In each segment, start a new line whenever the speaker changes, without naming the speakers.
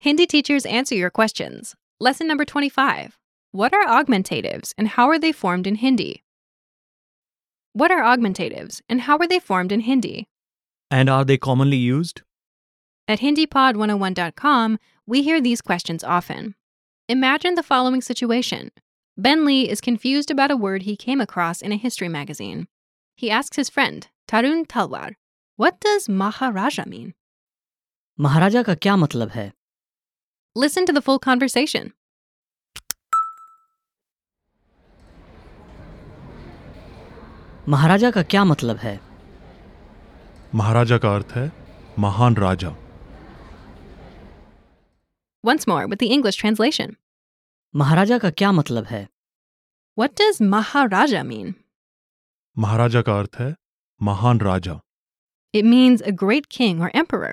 Hindi teachers answer your questions. Lesson number 25 What are augmentatives and how are they formed in Hindi? What are augmentatives and how are they formed in Hindi?
And are they commonly used?
At HindiPod101.com, we hear these questions often. Imagine the following situation Ben Lee is confused about a word he came across in a history magazine. He asks his friend, Tarun Talwar, What does Maharaja mean?
महाराजा का क्या मतलब है
Listen to the full conversation.
महाराजा का क्या मतलब है
महाराजा का अर्थ है महान राजा
Once more with the English translation.
महाराजा का क्या मतलब है
What does Maharaja mean?
महाराजा का अर्थ है महान राजा
It means a great king or emperor.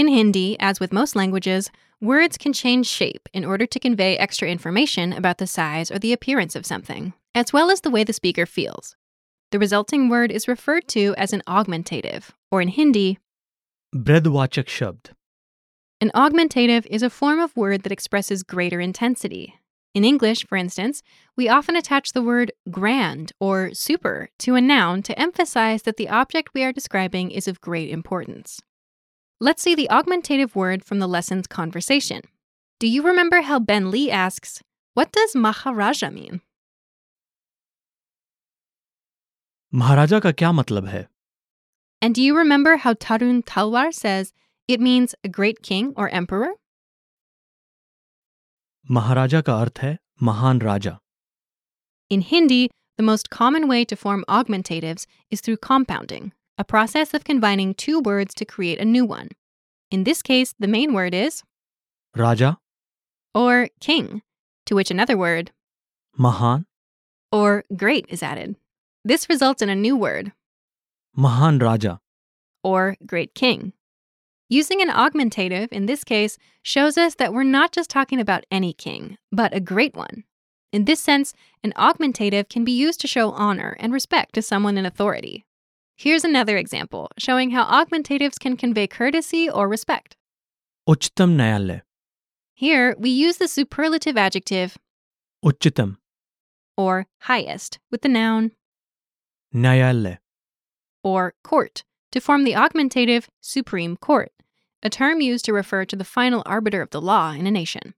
In Hindi, as with most languages, words can change shape in order to convey extra information about the size or the appearance of something, as well as the way the speaker feels. The resulting word is referred to as an augmentative, or in Hindi,
Bredvachak shabd.
an augmentative is a form of word that expresses greater intensity. In English, for instance, we often attach the word grand or super to a noun to emphasize that the object we are describing is of great importance. Let's see the augmentative word from the lesson's conversation. Do you remember how Ben Lee asks, What does Maharaja mean?
महाराजा का क्या मतलब है
And do you remember how Tarun Talwar says, It means a great king or emperor?
महाराजा का अर्थ है महान राजा
In Hindi, the most common way to form augmentatives is through compounding, a process of combining two words to create a new one. In this case, the main word is
Raja
or king, to which another word
महान
or great is added. This results in a new word
महान राजा
or great king. Using an augmentative in this case shows us that we're not just talking about any king, but a great one. In this sense, an augmentative can be used to show honor and respect to someone in authority. Here's another example showing how augmentatives can convey courtesy or respect.
उच्चतम न्यायालय
Here, we use the superlative adjective
उच्चतम
or highest with the noun
न्यायालय
or court to form the augmentative Supreme Court, a term used to refer to the final arbiter of the law in a nation.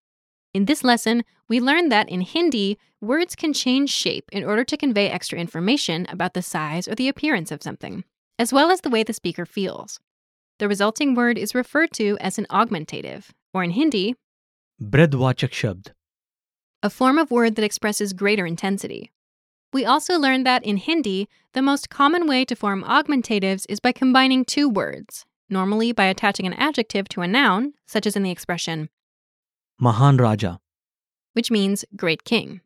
In this lesson, we learned that in Hindi, words can change shape in order to convey extra information about the size or the appearance of something, as well as the way the speaker feels. The resulting word is referred to as an augmentative, or in Hindi,
बृदवाचक शब्द
a form of word that expresses greater intensity. We also learned that in Hindi, the most common way to form augmentatives is by combining two words, normally by attaching an adjective to a noun, such as in the expression,
महान राजा
which means great king.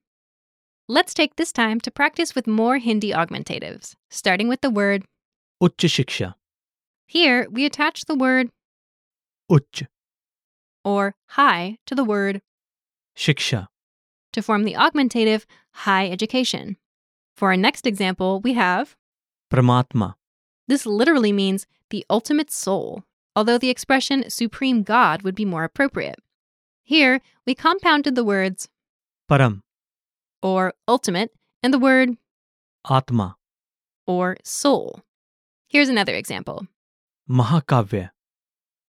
Let's take this time to practice with more Hindi augmentatives, starting with the word.
उच्च शिक्षा
Here, we attach the word
उच्च
or high to the word
शिक्षा
to form the augmentative high education. For our next example, we have
परमात्मा
This literally means the ultimate soul, although the expression supreme God would be more appropriate. Here, we compounded the words
परम
or ultimate and the word
आत्मा
or soul. Here's another example.
महाकाव्य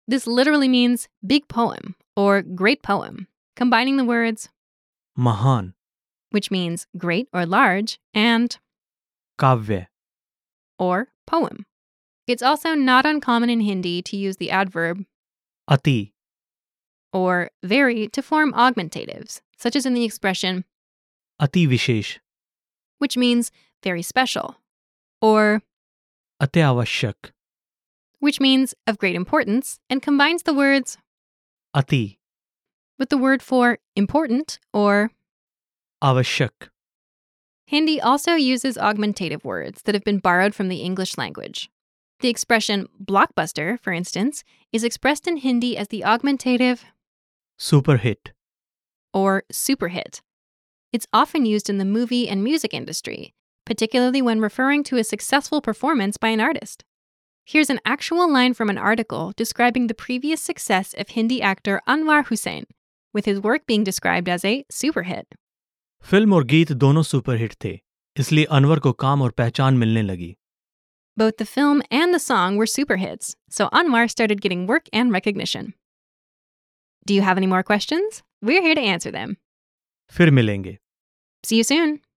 This literally means big poem or great poem, combining the words,
महान
which means great or large, and
काव्य
or poem. It's also not uncommon in Hindi to use the adverb
अति
or very to form augmentatives, such as in the expression
अति विशेष
which means very special, or
अति आवश्यक
which means of great importance, and combines the words
अति
with the word for important or
आवश्यक
Hindi also uses augmentative words that have been borrowed from the English language. The expression blockbuster, for instance, is expressed in Hindi as the augmentative
superhit
or superhit. It's often used in the movie and music industry, particularly when referring to a successful performance by an artist. Here's an actual line from an article describing the previous success of Hindi actor Anwar Hussain, with his work being described as a super hit.
Film और गीत दोनों superhit थे इसलिए अनवर को काम और पहचान मिलने लगी
Both the film and the song were super hits, so Anwar started getting work and recognition. Do you have any more questions? We're here to answer them.
फिर मिलेंगे
See you soon.